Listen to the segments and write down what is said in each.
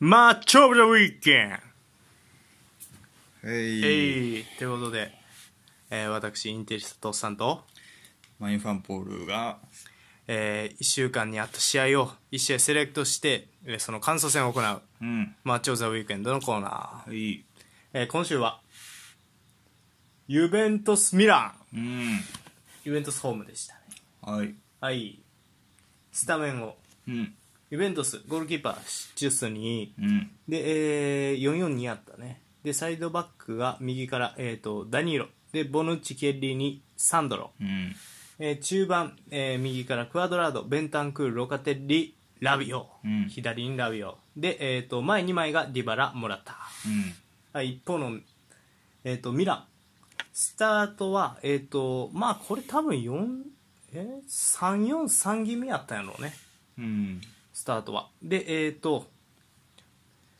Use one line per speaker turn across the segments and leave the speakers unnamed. マッチョオブザウィーケン
え
え
い、
いということで、えー私、インテリストとっさんと、
マインファンポールが
え1週間にあった試合を1試合セレクトして、えーその感想戦を行う、
うん
マッチョオブザウィーケンドのコーナー。
はい
えー今週は、ユベントス・ミラン、
うん
ユベントスホームでしたね。
はい
はい。スタメンを、
うん
ユベントス、ゴールキーパー、ジュスに、
うん
で、えー、442あったね。で、サイドバックが右から、えー、とダニーロ。で、ボヌッチ、ケッリーにサンドロ。
うん
えー中盤、えー右からクアドラード、ベンタンクール、ロカテッリ、ラビオ。
うん
左にラビオ。で、えー、と前2枚がディバラ、モラタ。
うん
はい、一方の、えー、とミラン。スタートは、えーとまあ、これ多分4、えー、3、4、3気味やったんやろうね。
うん
スタートは。で、えっ、と、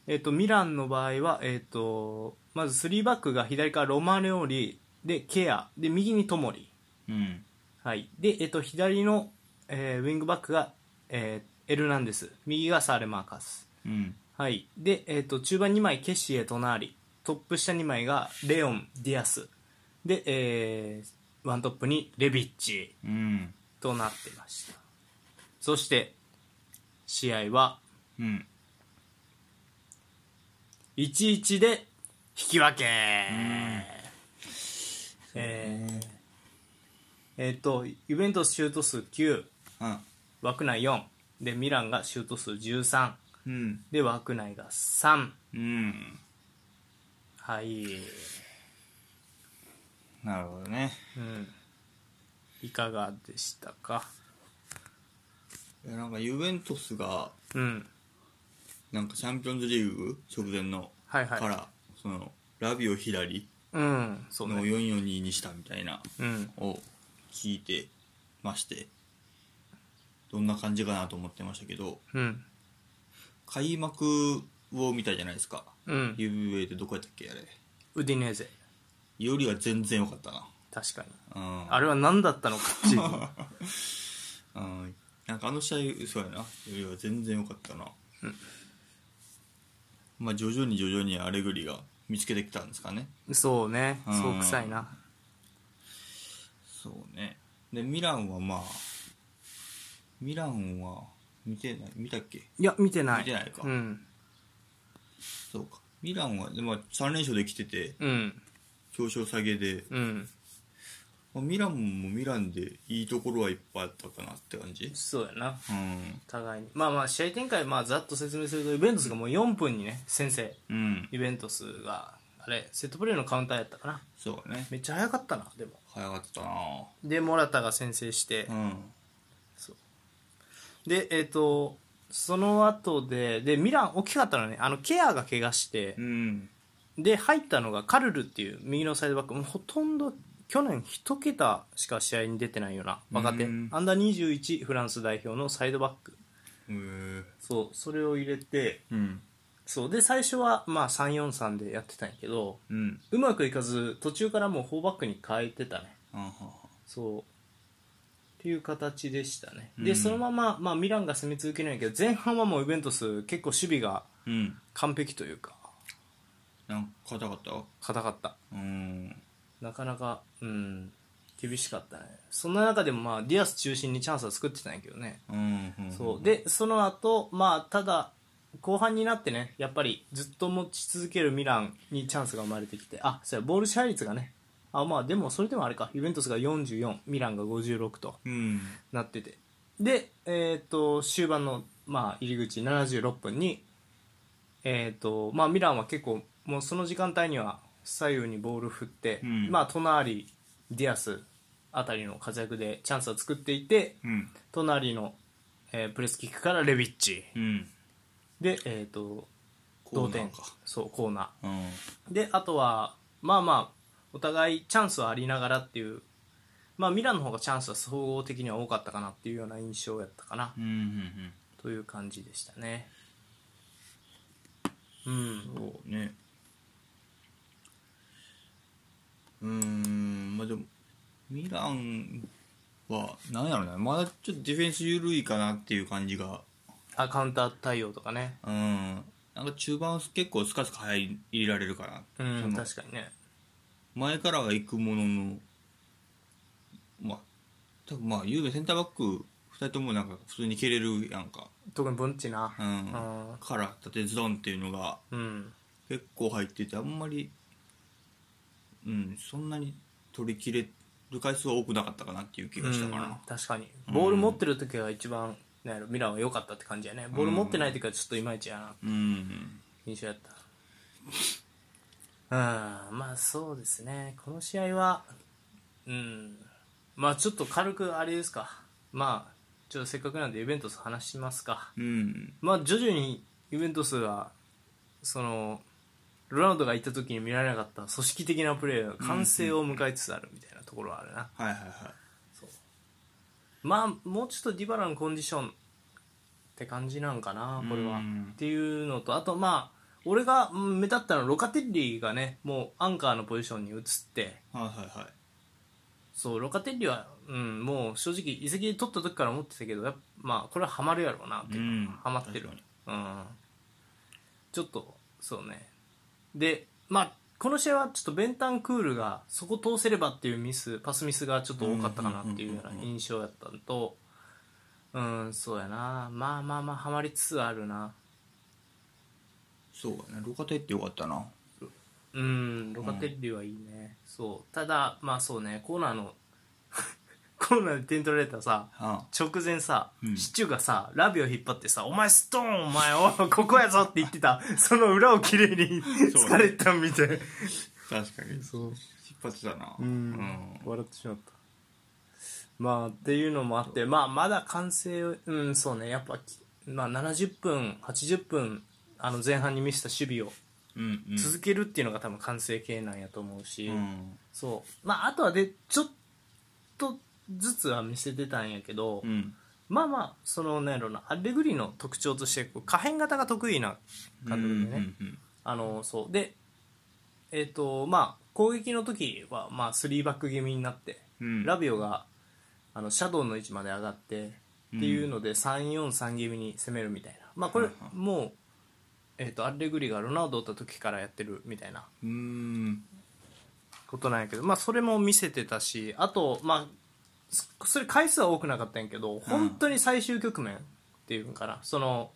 えっ、と、ミランの場合は、えっ、と、まず3バックが左からロマネオリ、で、ケア、で、右にトモリ。
うん
はい。で、えっ、と、左の、えーウィングバックが、えーエルナンデス。右がサーレマーカス。
うん
はい。で、えっ、と、中盤2枚、ケシエ、トナーリ。トップ下2枚が、レオン、ディアス。で、えーワントップに、レビッチ。
うん
となっていました。そして、試合は、
うん
11で引き分け、えーえーっとユベントスシュート数9
あ
枠内4でミランがシュート数13
うん
で枠内が3
うん
はい、
なるほどね
うん、いかがでしたか
いやなんかユベントスが
うん
なんかチャンピオンズリーグ直前の
はいはい
から、そのラビオ左
うんそう
の
ね
442にしたみたいな
うん
を聞いてましてどんな感じかなと思ってましたけど
うん
開幕を見たじゃないですか
うん
UVA ってどこやったっけあれ
ウディネーゼ
よりは全然良かった
確かに
な
あれは何だったのかっていう
うん、うん、なんかあの試合そうやなよりは全然良かったな、まあ徐々に徐々にアレグリが見つけてきたんですかね
そうね
うん
そう臭いな
そうねでミランはまあミランは見てない見たっけ
いや見てない
見てないか
うん
そうかミランはで、まあ、3連勝できてて
うん
表彰下げで、
うん
まあ、ミランもミランでいいところはいっぱいあったかなって感じ
そうやな
うん
互いにまあまあ試合展開まあざっと説明するとユベントスがもう4分にね先制
うん
ユベントスがあれセットプレーのカウンターやったかな
そうね
めっちゃ早かったなでも
早かったな
でモラタが先制して
うん
でえっ、とその後ででミラン大きかったのはねあのケアが怪我して
うん
で入ったのがカルルっていう右のサイドバックもうほとんど去年1桁しか試合に出てないような若手ア
う
ン
ん
ダー21フランス代表のサイドバック
へえ
そうそれを入れて
うん
そうで最初はまあ343でやってたんやけど
うん
うまくいかず途中からもう4バックに変えてたね
あはは
そうっていう形でしたね、
う
で
ん
そのまま、まあ、ミランが攻め続けないけど前半はもうユベントス結構守備が
うん
完璧というか
なんか硬かった
硬かった
うん
なかなかうん厳しかったねそんな中でもまあディアス中心にチャンスは作ってたんやけどね
うんうん
そうでその後まあただ後半になってねやっぱりずっと持ち続けるミランにチャンスが生まれてきてあそうやボール支配率がねあまあでもそれでもあれかユベントスが44ミランが56と
うん
なっててでえっ、と終盤のまあ入り口76分にえっ、とまあミランは結構もうその時間帯には左右にボール振って、
うん
まあ隣ディアスあたりの活躍でチャンスは作っていて
うん
隣の、えープレスキックからレビッチ
うん
で、えー、と同点
コーナーか
そうコーナ
うん
ーであとはまあまあお互いチャンスはありながらっていうまあミランの方がチャンスは総合的には多かったかなっていうような印象やったかな
うんうん
という感じでしたねうん
うんそうねうーんまあでもミランはなんやろねまだちょっとディフェンス緩いかなっていう感じが
あカウンター対応とかね
うんなんか中盤結構スカスカ入れられるから、
うん
その
確かにね
前からは行くものの、まあ、多分まあ、ゆうべセンターバック2人ともなんか普通に蹴れるやんか。
特にボンチな
うん。
あ
から縦ズドンっていうのが
うん
結構入ってて、あんまり、うん、そんなに取り切れる回数は多くなかったかなっていう気がしたか
うん
な。
確かにボール持ってる時は一番なんやろミランは良かったって感じやねボール持ってない時はちょっといまいちやな
うん。
印象やったうんまあそうですねこの試合はうんまあちょっと軽くあれですかまあちょっとせっかくなんでユベントス話しますか
うん。
まあ徐々にユベントスはそのロナウドが行った時に見られなかった組織的なプレーが完成を迎えつつあるみたいなところはあるな、
はいはいは
まあもうちょっとディバラのコンディションって感じなんかなこれは、
うん
っていうのとあとまあ俺がうん目立ったのはロカテッリがねもうアンカーのポジションに移って
い。はいはいはい。
そうロカテッリは、うん、もう正直移籍で取った時から思ってたけどやっぱまあこれはハマるやろうなっていう、
ん
ハマってる
確か
うん、ちょっとそうねでまあこの試合はちょっとベンタンクールがそこ通せればっていうミスパスミスがちょっと多かったかなっていうような印象やったのとうんそうやなまあまあまあハマりつつあるな
そうやね。ロカテってよかったな。
うんロカテッリはいいね、そうただまあそうねコーナーの コーナーで点取られたさ
あ
直前さ、
うん
シチューがさラビを引っ張ってさ「お前ストーンお前おい ここやぞ」って言ってたその裏をきれいに
そう
疲れたみたい
確かに。
そう
一発だな。
うん笑ってしまったまあっていうのもあってまあまだ完成うんそうねやっぱ、まあ、70分80分あの前半に見せた守備を
うん。うん。うん。
続けるっていうのが多分完成形なんやと思うし、
うん。
そうまああとはでちょっとずつは見せてたんやけど、
うん。
まあまあそのなんやろなアレグリの特徴としてこう可変型が得意な監督でね、
うんうん
あのそうでえっ、とまあ攻撃の時はまあ3バック気味になって、
うん
ラビオがあのシャドウの位置まで上がってっていうので343気味に攻めるみたいなまあこれ
はいはい
もう、えー、とアレグリがロナウドだった時からやってるみたいな
うーん
ことなんやけど、まあ、それも見せてたしあと、まあ、そそれ回数は多くなかったんやけど本当に最終局面っていうんかな、その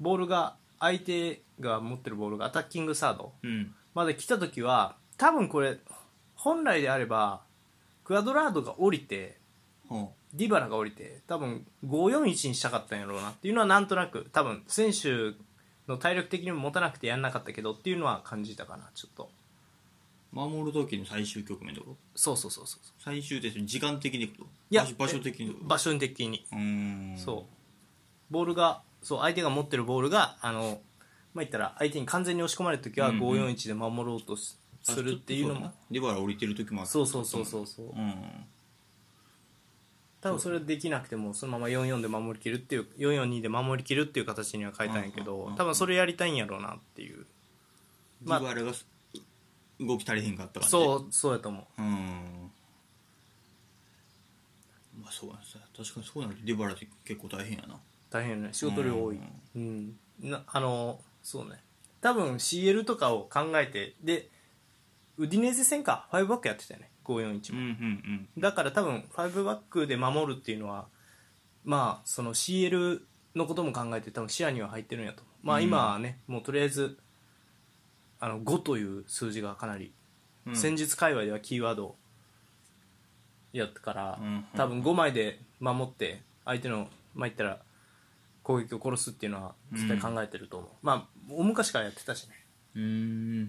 ボールが相手が持ってるボールがアタッキングサード
うん
まで来た時は多分これ本来であればクアドラードが降りて
ほ
ディバラが降りて多分541にしたかったんやろうなっていうのはなんとなく多分選手の体力的にも持たなくてやんなかったけどっていうのは感じたかなちょっと
う守る時の最終局面だろ
そうそうそうそう
最終です時間的にってこと
いや
場所場所的にってこと
場所的に
うーん
そうボールがそう相手が持ってるボールがあの、まあ、言ったら相手に完全に押し込まれた時は
うんうん
541で守ろうとし
あ
するっていうの
ち
も
ょとそうだなリバラ降りてる時もあった
そうそうそうそうそう
うん
多分それできなくてもそのまま44で守りきるっていう442で守りきるっていう形には変えたんやけ
うんうんうん
ど
うん
多分それやりたいんやろうなっていう
リ
まあ
バラが動き足りへんかったから
そうそうやと思う
うーんまあそうなんですね確かにそうなるとリバラって結構大変やな
大変ね仕事量多いうん、なあのそうね多分 CL とかを考えてでウディネーゼ戦か5バックやってたよね541
うん
も
うんうん
だから多分5バックで守るっていうのはまあその CL のことも考えて多分視野には入ってるんやと思うまあ今はね、もうとりあえずあの5という数字がかなり、
うん
戦術界隈ではキーワードやったから、
うん
多分5枚で守って相手のまあ言ったら攻撃を殺すっていうのは絶対考えてると思う、まあ大昔からやってたしね
うーん
っ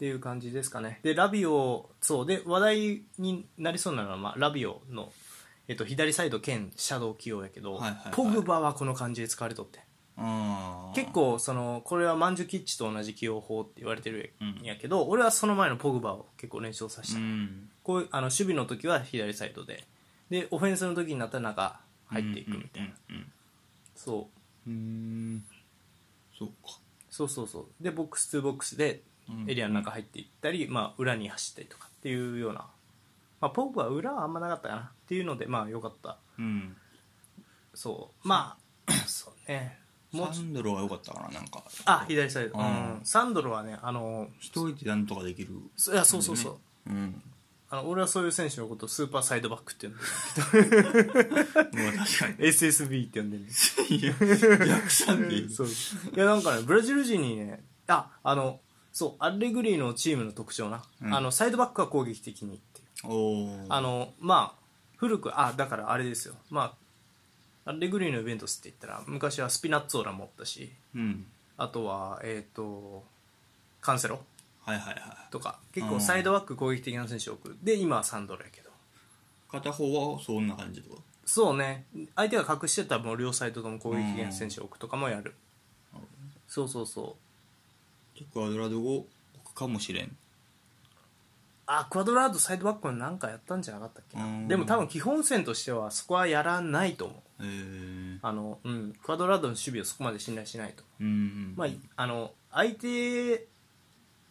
ていう感じですかね。で、ラビオ、そう、で、話題になりそうなのは、まあ、ラビオの、えっと、左サイド兼シャドウ起用やけど、
はいはいはい
ポグバはこの感じで使われとって。
あー
結構、その、これはマンジュキッチと同じ起用法って言われてる
う
ん
ん
やけど、俺はその前のポグバを結構練習させ
う
た。
ん
こういう、あの、守備の時は左サイドで、で、オフェンスの時になったら中入っていくみたいな。
うんうん
そう。
うんうんうーんそうか
そうそうそう。で、ボックス2ボックスで
うん
エリアの中入っていったり、まあ、裏に走ったりとかっていうような、まあ、ポープは裏はあんまなかったかなっていうのでまあ良かった
うん
そうまあそうねもう
サンドロは良かったかななんか
あ左サイド、う
うん
ん、サンドロはねあの
一人でなんとかできる
そいやそうそうそう、
うん
あの俺はそういう選手のことをスーパーサイドバックって呼んでる
まあ確か
SSB って呼んでる
にいや逆算でいい
そういやなんかねブラジル人にねああのそうアレグリーのチームの特徴な、
うん
あのサイドバックは攻撃的にっていう
おー
あのまあ古くあだからあれですよまあアレグリーのイベントスって言ったら昔はスピナッツォーラもおったし
うん
あとはえっ、とカンセロ
はいはいはい
とか結構サイドバック攻撃的な選手多くで今はサンドロやけど
片方はそんな感じとか
そうね相手が隠してたらもう両サイドとも攻撃的な選手を置くとかもやる、
うん
そうそうそう
結構アドラドを置くかもしれん
あクアドラードサイドバックもなんかやったんじゃなかったっけな、
うん
でも多分基本線としてはそこはやらないと思う
えー、
あの、うん、クアドラードの守備をそこまで信頼しないと、
うんうん
まああの相手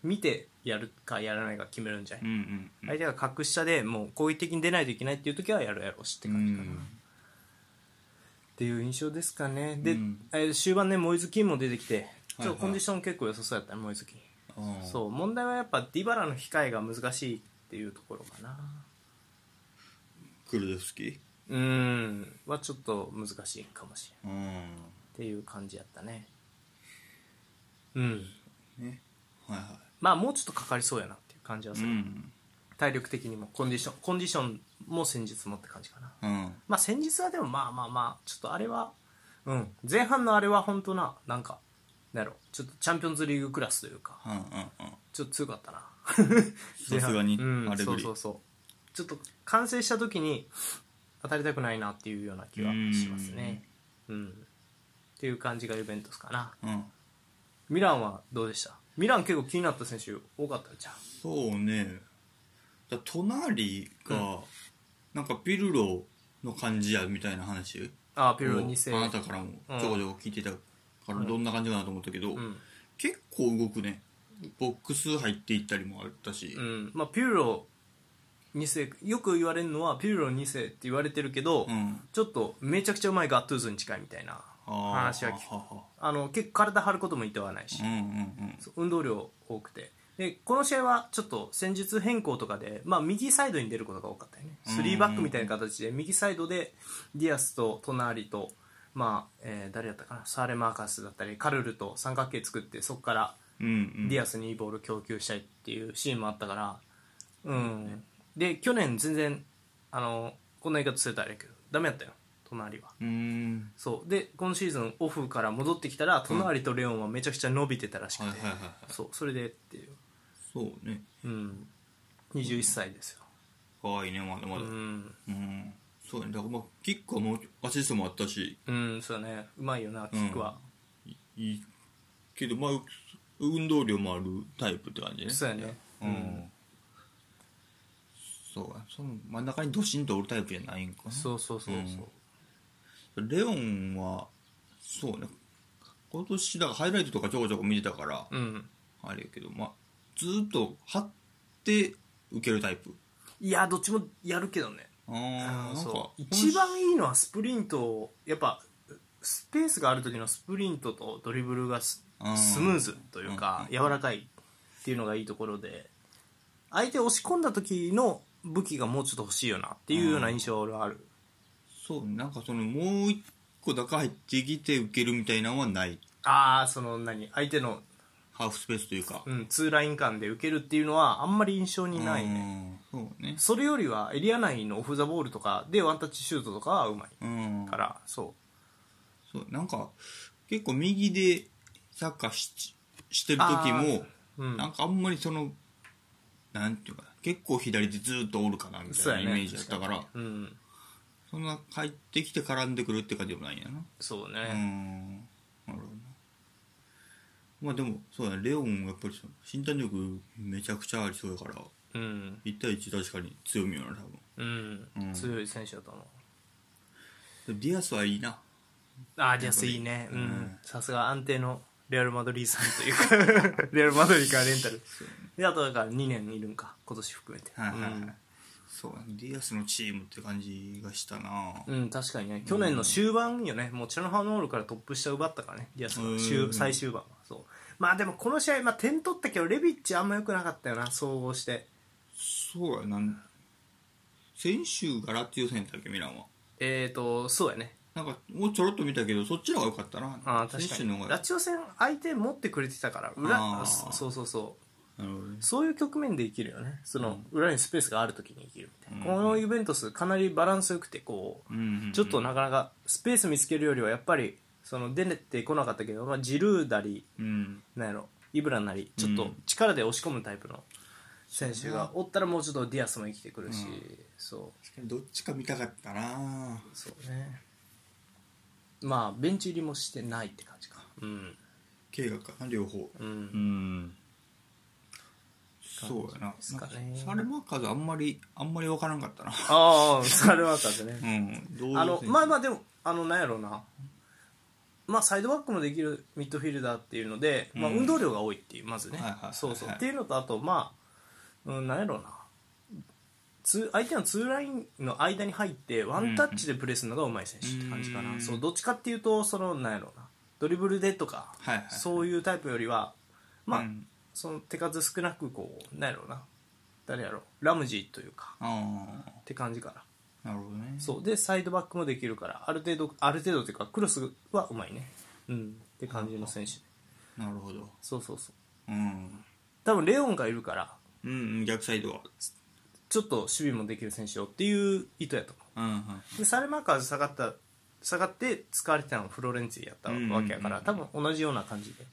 見てやるかやらないか決めるんじゃない、
うんうんうん
相手が格下でもう攻撃的に出ないといけないっていう時はやるやろうしって感じかな、
うん
っていう印象ですかねで、
うん
えー終盤ねモイズ・キンも出てきてちょっ
はいは
と
い
コンディション結構良さそうやったねモイズ・キン
あー
そう問題はやっぱディバラの控えが難しいっていうところかな
クルドフスキー
うーんはちょっと難しいかもしれんっ
うん
ていう感じやったねうん
ねはいは
まあもうちょっとかかりそうやなっていう感じはす
い
る、
ん
体力的にもコンディションコンディションも戦術もって感じかな
うん
まあ先日はでもまあまあまあちょっとあれはうん前半のあれは本当ななんかなんやろちょっとチャンピオンズリーグクラスというか
うんうんうん
ちょっと強かったな
さすがに
前半うん
アレグリ
そうそうそうちょっと完成した時に当たりたくないなっていうような気はしますねうんっていう感じがユベントスかな
うん
ミランはどうでしたミラン結構気になった選手多かったじゃん
そうねだ隣が、なんかピルロの感じやみたいな話
ああピルロ
を
2世
あなたからも
うん
ちょこちょこ聞いてたからどんな感じかなと思ったけど、
うん、
結構動くねボックス入っていったりもあったし、
うん、まあピルロ2世よく言われるのはピルロ2世って言われてるけど、
うん
ちょっとめちゃくちゃうまいガットゥーズに近いみたいな
あー
話は聞く
はは
あの結構体張ることもいとわないし
うん、うんうん
そう運動量多くてでこの試合はちょっと戦術変更とかで、まあ、右サイドに出ることが多かったよね
うん
3バックみたいな形で右サイドでディアスと隣と、まあえー誰だったかなサーレ・マーカスだったりカルルと三角形作ってそこから
うんうん
ディアスにいいボール供給したいっていうシーンもあったから、うん、で去年全然あのこんな言い方するとあれやけどダメやったよ隣は
うーん
そうで今シーズンオフから戻ってきたら隣とレオンはめちゃくちゃ伸びてたらしく
は
て、
いはいはいはい
そうそれでっていう、
そうね
うん、21歳ですよ、
かわいいねまだま
う
だうん、
ん
そうねだからまあキックはもうアシストもあったし
うんそうだねうまいよなキックは、
いいけどまあう運動量もあるタイプって感じね
そうやね
うん、そうやその真ん中にドシンとおるタイプじゃないんかな
そうそうそうそう、
レオンはそうね今年だからハイライトとかちょこちょこ見てたから、
うん、
あれやけどまあずーっと張って受けるタイプ
いやどっちもやるけどね
ああなんか
そう一番いいのはスプリントをやっぱスペースがある時のスプリントとドリブルがス
うん
スムーズというか
うん
柔らかいっていうのがいいところで相手を押し込んだ時の武器がもうちょっと欲しいよなっていうような印象は俺はある
そうなんかそのもう一個中入ってきて受けるみたいなのはない
ああその何相手の、
ハーフスペースというか、
うん、ツーライン間で受けるっていうのはあんまり印象にないね
うんそうね
それよりはエリア内のオフ・ザ・ボールとかでワンタッチシュートとかはうまい
うん
からそう
そうなんか結構右でサッカーししてる時も、
あーうん
なんかあんまりそのなんていうかな結構左でずっとおるかなみた
そう
い
や
なイ
ね
メージだったからそ,、
うん
んな帰ってきて絡んでくるって感じでもないんやな
そう
う
ね
んなるほどなまあでもそうだねレオンはやっぱりその身体能力めちゃくちゃありそうやから
うん
1対1確かに強みよな多分
うん
うん
強い選手だと思う
でもディアスはいいな
あーディアスいいねう
うんん
さすが安定のレアル・マドリーさんという かレアル・マドリーからレンタルであとだから2年いるんか今年含めて、
はいはいはい、
うん
そうやねディアスのチームって感じがしたな、
うん、確かにね、去年の終盤よね、もうチェノハノールからトップ下奪ったからね、ディアス
う
が
ん
終最終盤は。そうまあでもこの試合、まあ、点取ったけど、レビッチあんま良くなかったよな、総合して。
そうやなん先週がラッツィオ戦だっけミランは
えーと、そうやね、
なんかもうちょろっと見たけどそっちの方が良かったな
あー確
先
か
週の
に
方
ラ
が
チオ戦相手持ってくれてたから裏
あー
そそうそうそう
なるほどね
そういう局面で生きるよねその裏にスペースがある時に生きるみたいな、
うん
このユベントスかなりバランスよくてこう
うんうんうん
ちょっとなかなかスペース見つけるよりはやっぱりその出ねってこなかったけど、まあ、ジルーだり
うん
なんやろイブラなりちょっと力で押し込むタイプの選手がおったらもうちょっとディアスも生きてくるし、
うん
そう
確かにどっちか見たかったな
そうねまあベンチ入りもしてないって感じかうん
計画かな両方
うん、
うんそうやな
すかね
なんサルマーカーズあんまりあんまり分からんかった な
ああそれはあったですね
うんどういう
あのまあま
あ
あでもあのなんやろうなまあサイドバックもできるミッドフィルダーっていうので、まあ、
うん
運動量が多いっていうまずね、
はいはいはいはい
そうそうっていうのとあとまあ、うん、なんやろうなツー相手のツーラインの間に入ってワンタッチでプレーするのがうまい選手って感じかな、
うん
そうどっちかっていうとそのなんやろうなドリブルでとか、
はいはい
そういうタイプよりはまあ、
うん
その手数少なくこうなんやろうな誰やろうラムジーというか
あ
って感じかな
あなるほどね
そうでサイドバックもできるからある程度ある程度っていうかクロスはうまいねうんって感じの選手
なるほど
そうそうそう
うん
多分レオンがいるから
うんうん逆サイドは
ちょっと守備もできる選手をっていう意図やと思
うんうん
うでサレマーカーズ下がった下がって使われてたのがフロレンツィやったわけやから、
うん
多分同じような感じで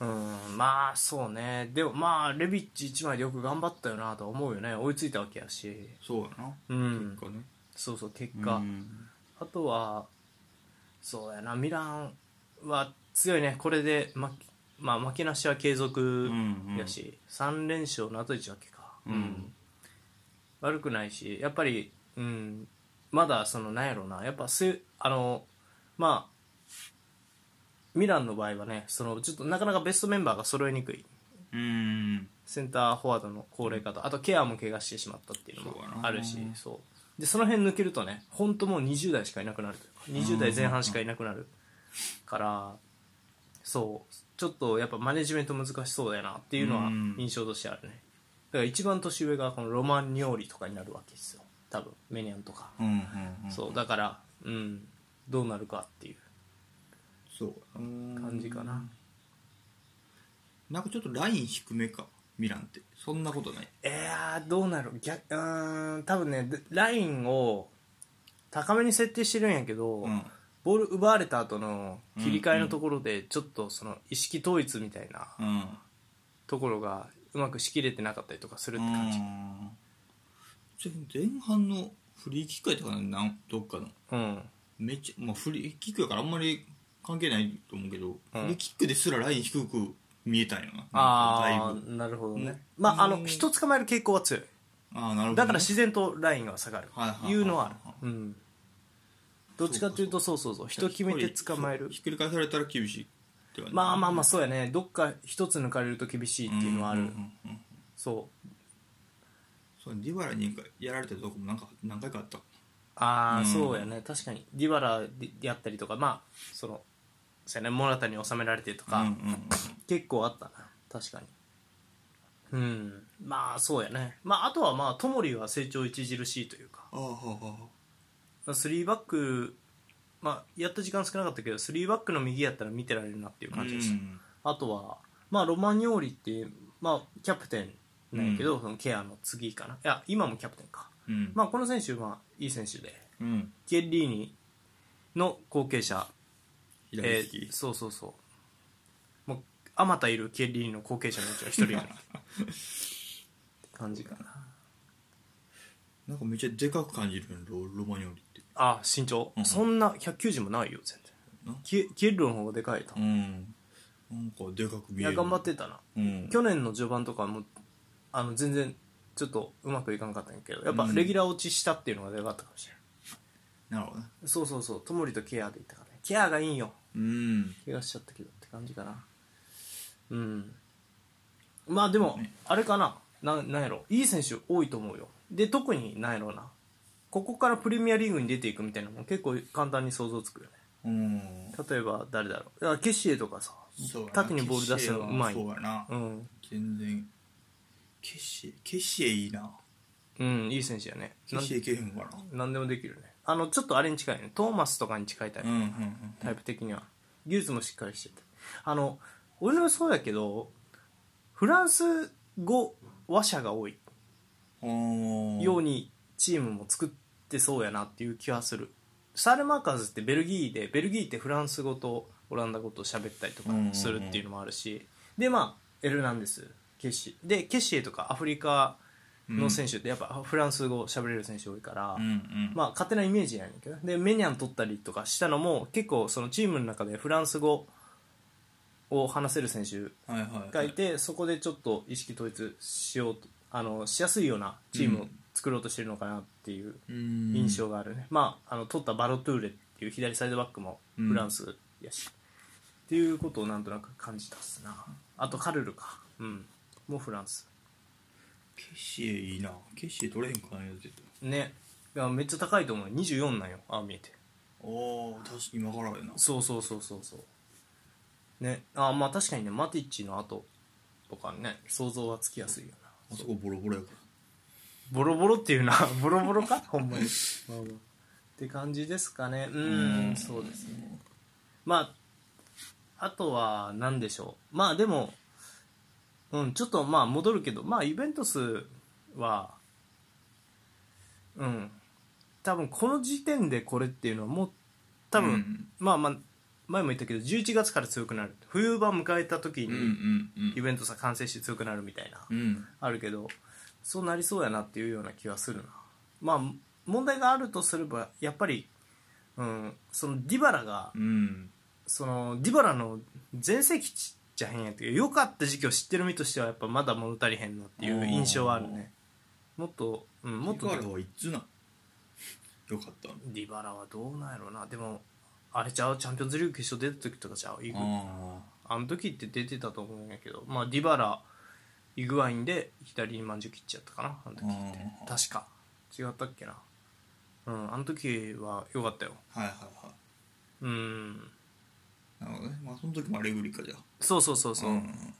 うんまあそうねでもまあレビッチ1枚でよく頑張ったよなとは思うよね追いついたわけやし
そうやな
うん
かね
そうそう結
が
果、あとはそうやなミランは強いねこれで負け,、まあ、負けなしは継続やし、3連勝のあと1分けか、
うん
悪くないしやっぱり、うん、まだそのなんやろなやっぱせあのまあミランの場合はねそのちょっとなかなかベストメンバーが揃えにくい
うん
センターフォワードの高齢化とあとケアも怪我してしまったっていうのも
そうやな
あるしそうでその辺抜けるとね本当もう20代しかいなくなるというか20代前半しかいなくなるからそうちょっとやっぱマネジメント難しそうだよなっていうのは
うん
印象としてあるねだから一番年上がこのロマン・ニョーリとかになるわけですよ多分メニャンとか、
うんうんうん
そうだからうんどうなるかっていう
そう
感じかな、
なんかちょっとライン低めかミランってそんなことない
いやーどうなる逆うーん多分ねでラインを高めに設定してるんやけど、
うん
ボール奪われた後の切り替えのところでちょっとその意識統一みたいな
うん
ところがうまくしきれてなかったりとかするって感じ
あー前半のフリーキックやったかななんどっかの
うん
めっちゃまあフリーキックやからあんまり関係ないと思うけど、
うん
フリーキックですらライン低く見えたんよな
あ
だいぶ
あなるほどね、
うん
まああ
う
の
ん
人捕まえる傾向は強い
ああなるほどね、
だから自然とラインが下がる
はいはいはいはい
いうのはあるうんどっちかというとそうそうそう人決めて捕まえる
ひっくり返されたら厳しいって感じ
まあまあ
あ
まあそうやねどっか一つ抜かれると厳しいっていうのはある、そう
そうディバラにやられたとこもなんか何回かあった
ああ、
うん
そうやね確かにディバラでやったりとかまあそのそうやねモラタに収められてとか、
うんうんうん
結構あったな確かにうんまあそうやねまああとはまあトモリは成長著しいというか
ああはあは
3バックまあやった時間少なかったけど3バックの右やったら見てられるなっていう
あはあ
感じでした、あとはまあロマニョーリってまあキャプテンなんやけど、そのケアの次かないや今もキャプテンか
うん
まあこの選手はいい選手で
うん
キエリーニの後継者、
左
え
利き
ーそうそうそうもうあまたいるキエリーニの後継者のうちの一人やなって感じかな
なんかめっちゃでかく感じるよロロマニョーリって
あ身長、
うん
そんな190もないよ全然
な
キエキエリーニの方がでかいと、
うんなんかでかく見
い
える
や頑張ってたな
うん
去年の序盤とかもあの全然ちょっとうまくいかなかったんやけどやっぱレギュラー落ちしたっていうのがでかかったかもしれない、
なるほどね
そうそうそうトモリとケアでいったからねケアがいいんよ
うん
怪我しちゃったけどって感じかなうんまあでもあれかなななんやろいい選手多いと思うよで特になんやろうなここからプレミアリーグに出ていくみたいなのも結構簡単に想像つくよね
うん
例えば誰だろういやケシエとかさ
そうやな
縦にボール出すのうまい
そうやな、
うん、
全然ケシエケシエいいな
うん、いい選手やね
ケシエいけへんかな
何でもできるねあのちょっとあれに近いよねトーマスとかに近いタイプ、
うんうんうん
タイプ的には技術もしっかりしててあの俺もそうやけどフランス語話者が多い
おー
ようにチームも作ってそうやなっていう気はするスタールマーカーズってベルギーでベルギーってフランス語とオランダ語と喋ったりとかするっていうのもあるしでまあエルナンデスケシでケシエとかアフリカの選手ってやっぱフランス語喋れる選手多いから、
うんうん
まあ、勝手なイメージやねんけどでメニャン取ったりとかしたのも結構そのチームの中でフランス語を話せる選手
はいはい
がいてそこでちょっと意識統一しようとあのしやすいようなチームを作ろうとしてるのかなっていう印
印
象があるね、まあ、あの取ったバロトゥーレっていう左サイドバックもフランスやし、っていうことをなんとなく感じたっすなあとカルルかうんもうフランス
ケシエいいなケシエ取れへんかなよって
ねいやめっちゃ高いと思う24なんよああ見えて
おお確か今からやな
そうそうそうそうそうねあまあ確かにねマティッチの後とかね想像はつきやすいよな
あそこボロボロやか
ボロボロっていうな ボロボロかほんまに、まあまあって感じですかねうー
うんん
そうですねまああとは何でしょうまあでもうんちょっとまあ戻るけどまあイベントスはうん多分この時点でこれっていうのはもう多分、
うん
まあまあ前も言ったけど11月から強くなる冬場迎えた時
ら
に
うん
イベントスは完成して強くなるみたいな、
うん
あるけどそうなりそうやなっていうような気はするなまあ問題があるとすればやっぱり、うん、そのディバラが
うん
そのディバラの全盛期じゃへんやっていうか良かった時期を知ってる身としてはやっぱまだ物足りへんなっていう印象はあるねもっと、うん、もっと
だからはいつなよかった
ディバラはどうなんやろうなでもあれちゃうチャンピオンズリーグ決勝出た時とかちゃうイグ
あ
あの時って出てたと思うんやけど、まあ、ディバライグワインで左にまんじゅう切っちゃったかなあの時って
あ
確
ー
か違ったっけなうんあの時は良かったよ
あはいはいは
うん
いなるほどねまあその時もアレグリかじゃ
そうそうそうそう、
んん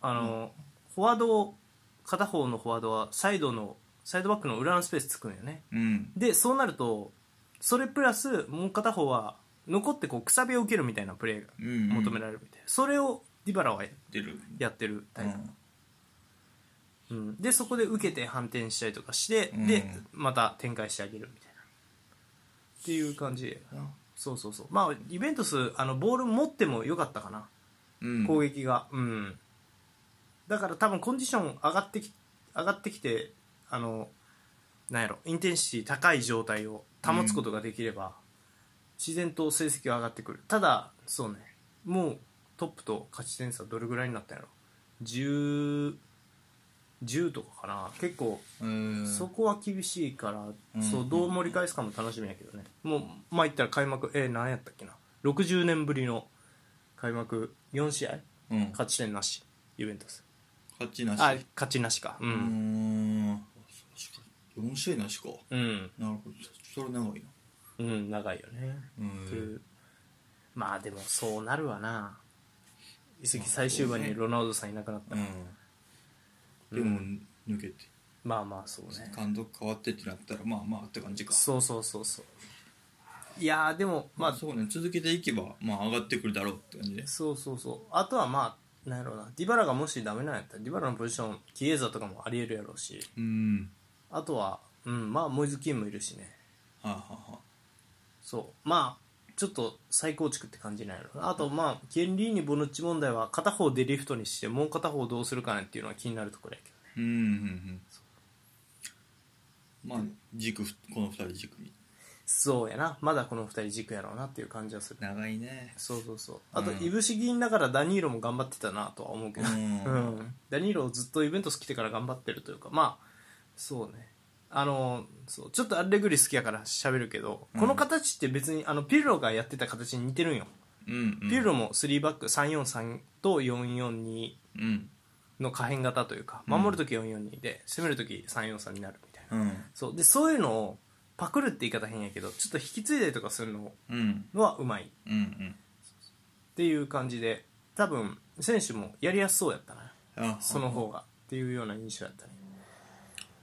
あの、フォワードを片方のフォワードはサイドのサイドバックの裏のスペースつくんよね
うん
でそうなるとそれプラスもう片方は残ってこうくさびを受けるみたいなプレーが
うん
求められるみたいな、それをディバラは
出る
やってるタイプ、
うん
うん、でそこで受けて反転したりとかして、
うん
でまた展開してあげるみたいなっていう感じでそうそうそうまあイベントスあのボール持ってもよかったかな
うん
攻撃がうん、だから多分コンディション上がってき上がってきてあのなんやろインテンシティ高い状態を保つことができれば、自然と成績は上がってくるただそうねもうトップと勝ち点差どれぐらいになったんやろ10 10とかかな結構
うん
そこは厳しいから、
うん
そうどう盛り返すかも楽しみやけどね、もうまあ言ったら開幕えー、何やったっけな60年ぶりの開幕4試合
うん勝
勝ち点なしイベントス
ちなし
あ勝ちなしかう
うー
ん
ん4試合なしか
うん
なるほどそれ長いな
うん、長いよね、
う
ってい
ん
うまあでもそうなるわな移籍最終盤にロナウドさんいなくなった、
うんでも抜けて
まあまあそうね
監督変わってってなったらまあまあって感じか
そうそうそうそういやーでもま
ま
あ
あそうね続けていけばまあ上がってくるだろうって感じで
そうそうそうあとはまあなんやろうなディバラがもしダメなんやったらディバラのポジションキエザとかもありえるやろうし
うん
あとはうんまあモイズ・キンもいるしね
はあ、はあはあ、
そうまあちょっと再構築って感じなんやろなあとまあケンリーニ・ボヌッチ問題は片方デリフトにしてもう片方どうするかねっていうのは気になるところやけどね
うんうんうんまあ軸ふこの2人軸に
そうやなまだこの2人軸やろうなっていう感じはする
長いね
そうそうそうあと、
うん
いぶし銀だからダニーロも頑張ってたなとは思うけど、
うん
ダニーロずっとイベントス来てから頑張ってるというかまあそうねあのそうちょっとアレグリ好きやから喋るけど、
うん
この形って別にあのピルロがやってた形に似てるんよ、
うんうん
ピルロも3バック343と442
うん
の可変型というか守るとき442で攻めるとき343になるみたいな
うん
そうでそういうのをパクるって言い方変やけどちょっと引き継いだりとかするの
うん
はうまいっ
うんうん
ていう感じで多分選手もやりやすそうやったな
あ
その方がっていうような印象やったね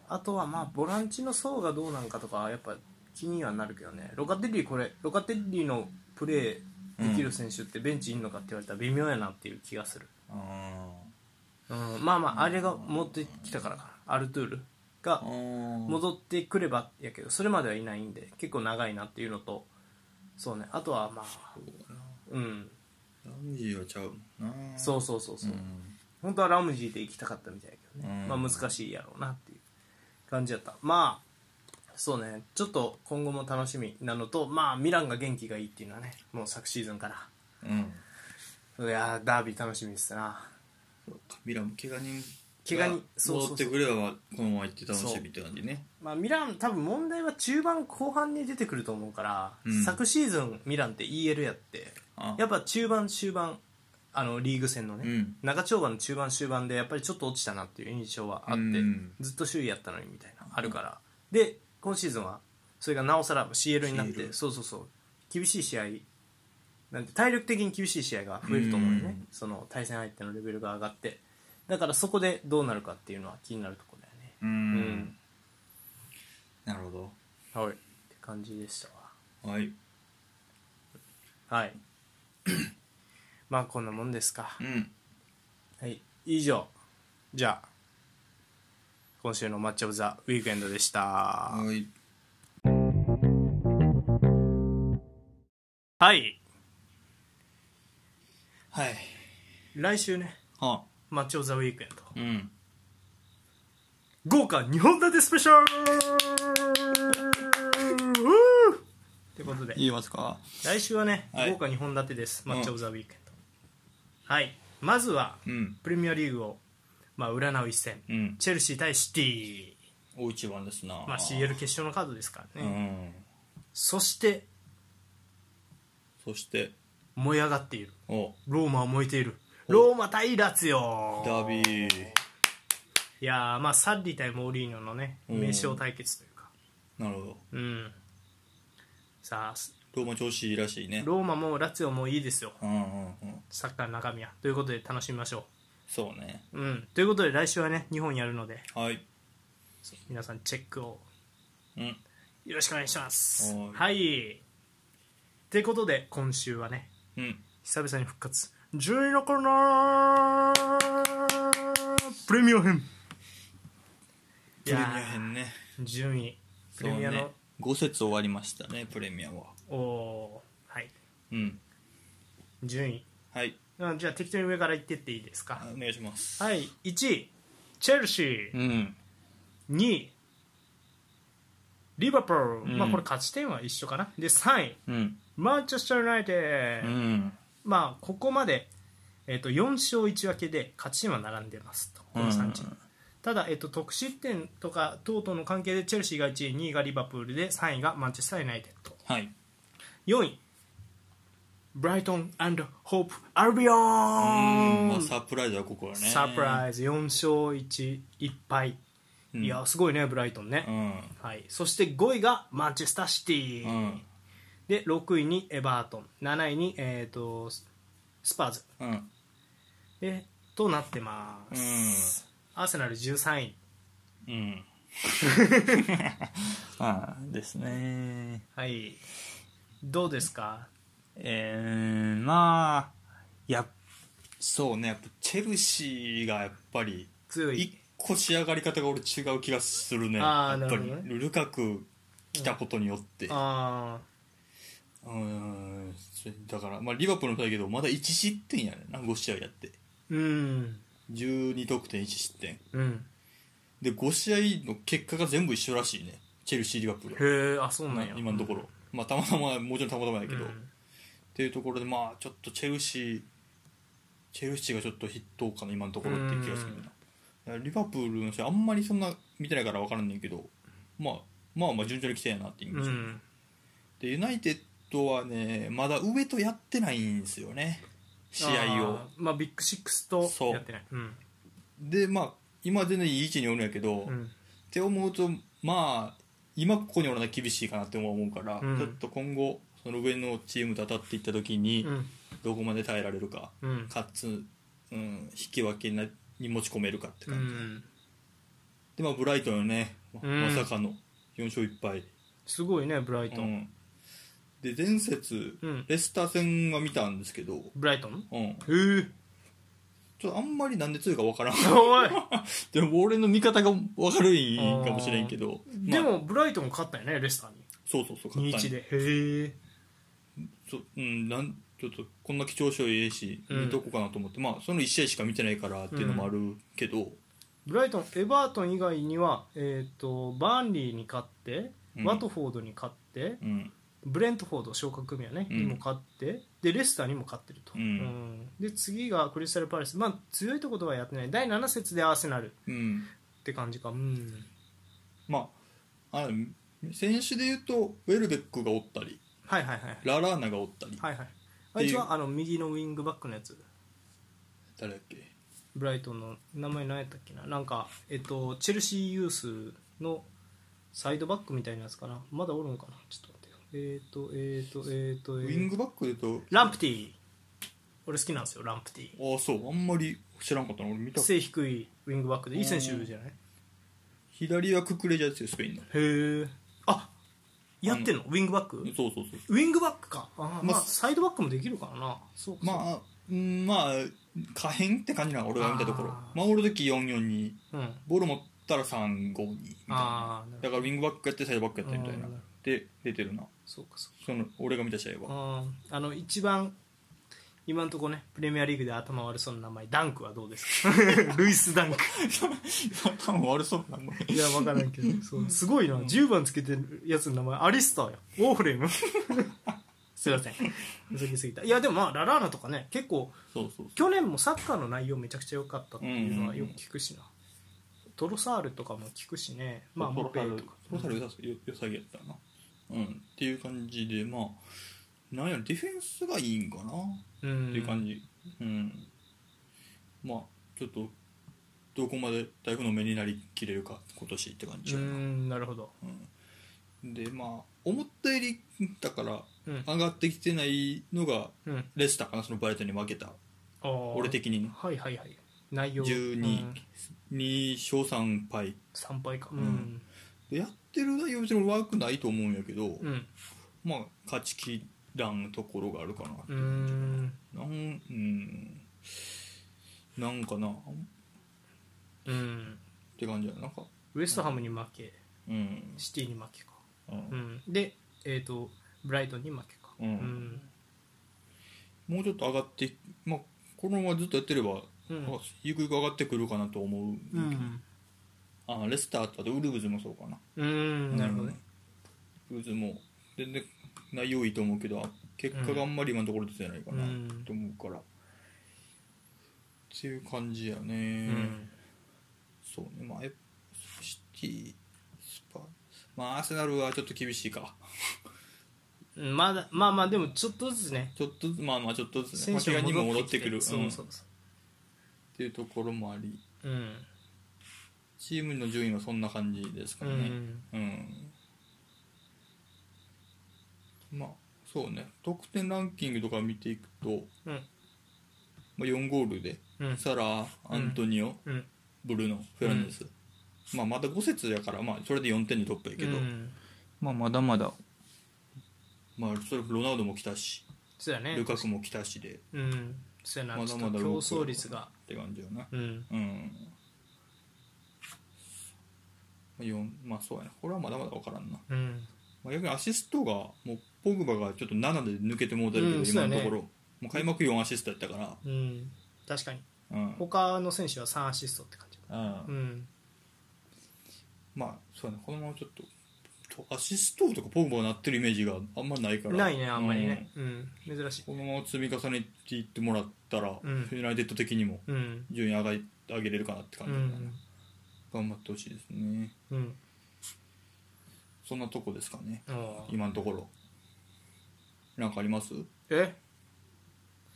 あとはまあボランチの層がどうなんかとかはやっぱ気にはなるけどねロカテッリこれロカテッリのプレーできる選手ってベンチいんのかって言われたら微妙やなっていう気がする、
あ
うん、まあまああれが持ってきたからかなアルトゥールが
ーあ
戻ってくればやけどそれまではいないんで結構長いなっていうのとそうねあとはまあうん
ラムジーはちゃうもんな
そうそうそうそう、
うん
本当はラムジーで行きたかったみたいだけどね、
うん
まあ難しいやろうなっていう感じだったまあそうねちょっと今後も楽しみなのとまあミランが元気がいいっていうのはねもう昨シーズンか
うん
らいやーダービー楽しみですな
そうかミランも怪我人
怪我人そうそうそう
戻ってくればこのまま行って楽しみって感じね
まあミラン多分問題は中盤後半に出てくると思うから、
うん
昨シーズンミランって EL やって
あ
やっぱ中盤終盤あのリーグ戦のね、
うん
長丁場の中盤終盤でやっぱりちょっと落ちたなっていう印象はあって、
うん
ずっと首位やったのにみたいなあるから、で今シーズンはそれがなおさら CL になって
CL
そうそうそう厳しい試合なんて体力的に厳しい試合が増えると思うよね、
うん
その対戦相手のレベルが上がってだからそこでどうなるかっていうのは気になるところだよね
うん
うん
なるほ
はいって感じでしたわ
どはい
はい まあこんなもんですか
うん
はい、以上じゃあ今週のマッチオブザウィークエンドでしたは
はい
い
はい
来週ね
あ
マッチオブザウィークエン
うん
ド豪華2本立てスペシャルということで
言えますか
来週はね、
はい
豪華2本立てですマッチオブザウィークエンド、はいまずは
うん
プレミアリーグを、まあ、占う一戦、
うん
チェルシー対シティ、
大一番ですな
まあ、CL 決勝のカードですから
う
ね、
ん
そして
そして
燃え上がっている
お
ローマは燃えているローマ対ラツよ
ダービー
いやーまあサッリ対モーリーノのね
うん
名称対決というか
なるほど
うんさあす
ローマ調子いいらしいね
ローマもラツィオもいいですよ
うんうんうん
サッカーの中身はということで楽しみましょ
そうね
ううんということで来週はね2本やるので
はい
皆さんチェックを
うん
よろしくお願いします
はーい
はいということで今週はね
うん
久々に復活12のコーナープレミア編
プレミア編ね
順位プ
そう
レミアの、
ね5節終わりましたねプレミアは
おおーはい
うん
順位
はい
あじゃあ適当に上から言ってっていいですか
あお願いします
はい1位チェルシー
うん
2位リバプール、
ん
まあこれ勝ち点は一緒かなで3位
うん
マンチェスター・ユナイテッ
う
ド、
ん
まあここまで、えっと4勝1分けで勝ち点は並んでますとこの3チーム、ただ、えっと得失点とか等々の関係でチェルシーが1位2位がリバプールで3位がマンチェスター・ユナイテッド
はい
4位ブライトンホープアルビオ
うん
ン、
まあサプライズはここだね
サプライズ4勝1一敗、
うん
いやすごいねブライトンね、
うん
はい、そして5位がマンチェスターシティ、
うん
で6位にエバートン7位に、えー、とススパーズ
うん
でとなってます、アーセナル13位、
うんああですね
はい、どうですか
えー、まあやっそうねやっぱチェルシーがやっぱり
強い
一個仕上がり方が俺違う気がするね
あー
やっぱり
なるほど
ルカク来たことによって
あ
うーんそれだから、まあ、リバプールもそうやけどまだ1失点やねんな5試合やって
ーうん
12得点1失点
うん
で5試合の結果が全部一緒らしいねチェルシーリバプールは
へえあそうなんや
今のところ、まあたまたまもちろんたまたまやけ
う
ど、
ん
っていうところでまあちょっとチェルシーチェルシーがちょっと筆頭かな今のところっていう気がする
う
な
ん
だからリバプールの試合あんまりそんな見てないから分からんねんけど、まあ、まあまあ順調に来たやなっていう
う
印象、
ん
でユナイテッドはねまだ上とやってないんですよね試合を
あーまあビッグシックスと
そう
やってないうん
でまあ今全然いい位置におるんやけど、
う
っ
ん
て思うとまあ今ここにおらな厳しいかなって思うから、
うん
ちょっと今後その上のチームと当たっていった時に、
うん
どこまで耐えられるか、
うん
かつ、うん、引き分けなに持ち込めるかって
う
感じ、
ん
でまあブライトンよね、ま
うん
まさかの4勝1敗、
すごいねブライト
う
ン
んで前節、
うん
レスター戦は見たんですけど、
ブライトン
うん、
えー
ちょっとあんまりなんで強いかわからん
おい
でも俺の見方が悪いかもしれんけど、ま
で
あ
もブライトン勝ったよねレスターに
そうそうそう勝ったん
2-1でへえ
そううんなんちょっとこんな貴重賞いいし
うん
見とこうかなと思って、まあその1試合しか見てないからっていうのもあるけど、
ブライトンエバートン以外には、えー、とバーンリーに勝って、
うん
ワトフォードに勝って
うん
ブレントフォード昇格組はね、
うん
にも勝ってでレスターにも勝ってると、
うん
うんで次がクリスタル・パレス、まあ、強いとことはやってない第7節でアーセナル
うん、
って感じかうん
まああ選手で言うとウェルベックがおったり
はいはいはい
ララーナがおったり、
はいはいあ
ていう
いつはあの右のウィングバックのやつ
誰だっけ
ブライトンの名前何やったっけななんか、えっと、チェルシーユースのサイドバックみたいなやつかなまだおるのかなちょっと待ってよえっ、とえっ、とえっ、と,、え
ウ
ーと
ィングバックで言うと
ランプティ俺好きなんですよランプティ
ああそうあんまり知らんかったな俺見た
背低いウィングバックでいい選手いるじゃないへ
左はククレジャですよスペインの
えあやってんのウィングバック
そうそうそう
ウィングバックかあー、ま
まあ
あ、サイドバックもできるからなそうかそうか
まあうんまあ可変って感じなの俺が見たところ
あー
守る時4-4に
うん
ボール持ったら3-5-2みたい
あ
な
ーなるほど
だからウィングバックやってサイドバックやってみたいな
あーなる
で出てるな
そうかそう
その俺が見た試合は
かうんあの一番今のところねプレミアリーグで頭悪そうな名前ダンクはどうです かルイス・ダンク
多分悪 そうな名前
いや分からんけどそうすごいな10番つけてるやつの名前アリスターやウォーフレー ムすいません急ぎすぎたいやでもまあララーナとかね結構
そうそう
去年もサッカーの内容めちゃくちゃ良かったっていうのは
うんうんう
よ
ん
く聞くしな、トロサールとかも聞くしねま
ま
あ
あ
モペと
ト
か
ロサル良さよ良さげやったなうんっていう感じでまあなんやろディフェンスがいいんかな
うん
っていう感じうん、まあちょっとどこまで台風の目になりきれるか今年って感じ
う
やな、
んなるほど
でまあ思ったよりだから
うん
上がってきてないのが
うん
レスターかなそのバレットに負けた
あー
俺的にね
はいはいはい内容
12
うん、
2勝3敗
3倍かう
うん
ん、
でやってる内容別に悪くないと思うんやけど、
うん
まあ勝ちきらんところがあるかな
うーん
なんうんなんかなっ
うん
て感じやななんか
ウエストハムに負け
うん
シティに負けか、
うん
うん、でえっ、とブライトンに負けか
うん
うん
もうちょっと上がってまあこのままずっとやってれば、
うん
あゆくゆく上がってくるかなと思う、
うん、
あレスターとあとウルブズもそうかな
うん、なるほどね
うん。渦も全然内容いいと思うけど、結果があんまり今のところ出てないかな
うん
と思うから。っていう感じやね。
うん
そうね、まあ、えシティ、スパ、まあ、アーセナルはちょっと厳しいか。
うんまだまあまあでもちょっとずつね
ちょっとずつ、まあまあ、ちょっとずつ
選
ね、
手
怪我
が
にも戻ってくる。
そ
うん
う
っ
そうそ
ていうところもあり、
ううん
チームの順位はそんな感じですか
う
ね。
ん
うんまあそうね得点ランキングとか見ていくと、
うん
まあ、4ゴールで、
うん
サラアントニオ、
うん
ブルーノフェランデス、まあ、まだ5節やから、まあ、それで4点でトップやけど、
うん
まあ、まだまだ、まあ、それロナウドも来たし、
そうやね
ルカクも来たしで
うんそうやな
まだ
ちょ
ま
っ
だ
と競争率が
って感じよな
うん
うんまあ4まあそうやなこれはまだまだ分からんな
うん
まあ、逆にアシストがもうポグバがちょっと7で抜けてもうたりけど、
うんそう
今
やね
のところもう開幕4アシストやったから、
うん確かに
うん
他の選手は3アシストって感じ
うん
うん
まあそうやねこのままちょっととアシストとかポグバがなってるイメージがあんまないから
ないねあんまりね、うん珍しい
うんこのまま積み重ねていってもらったら、
うん
ユナイテッド的にも
うん
順位上がり上げれるかなって感
う
じだな、
ん
頑張ってほしいですね
うん
そんなとこですかね
おー
今のところなんかあります
え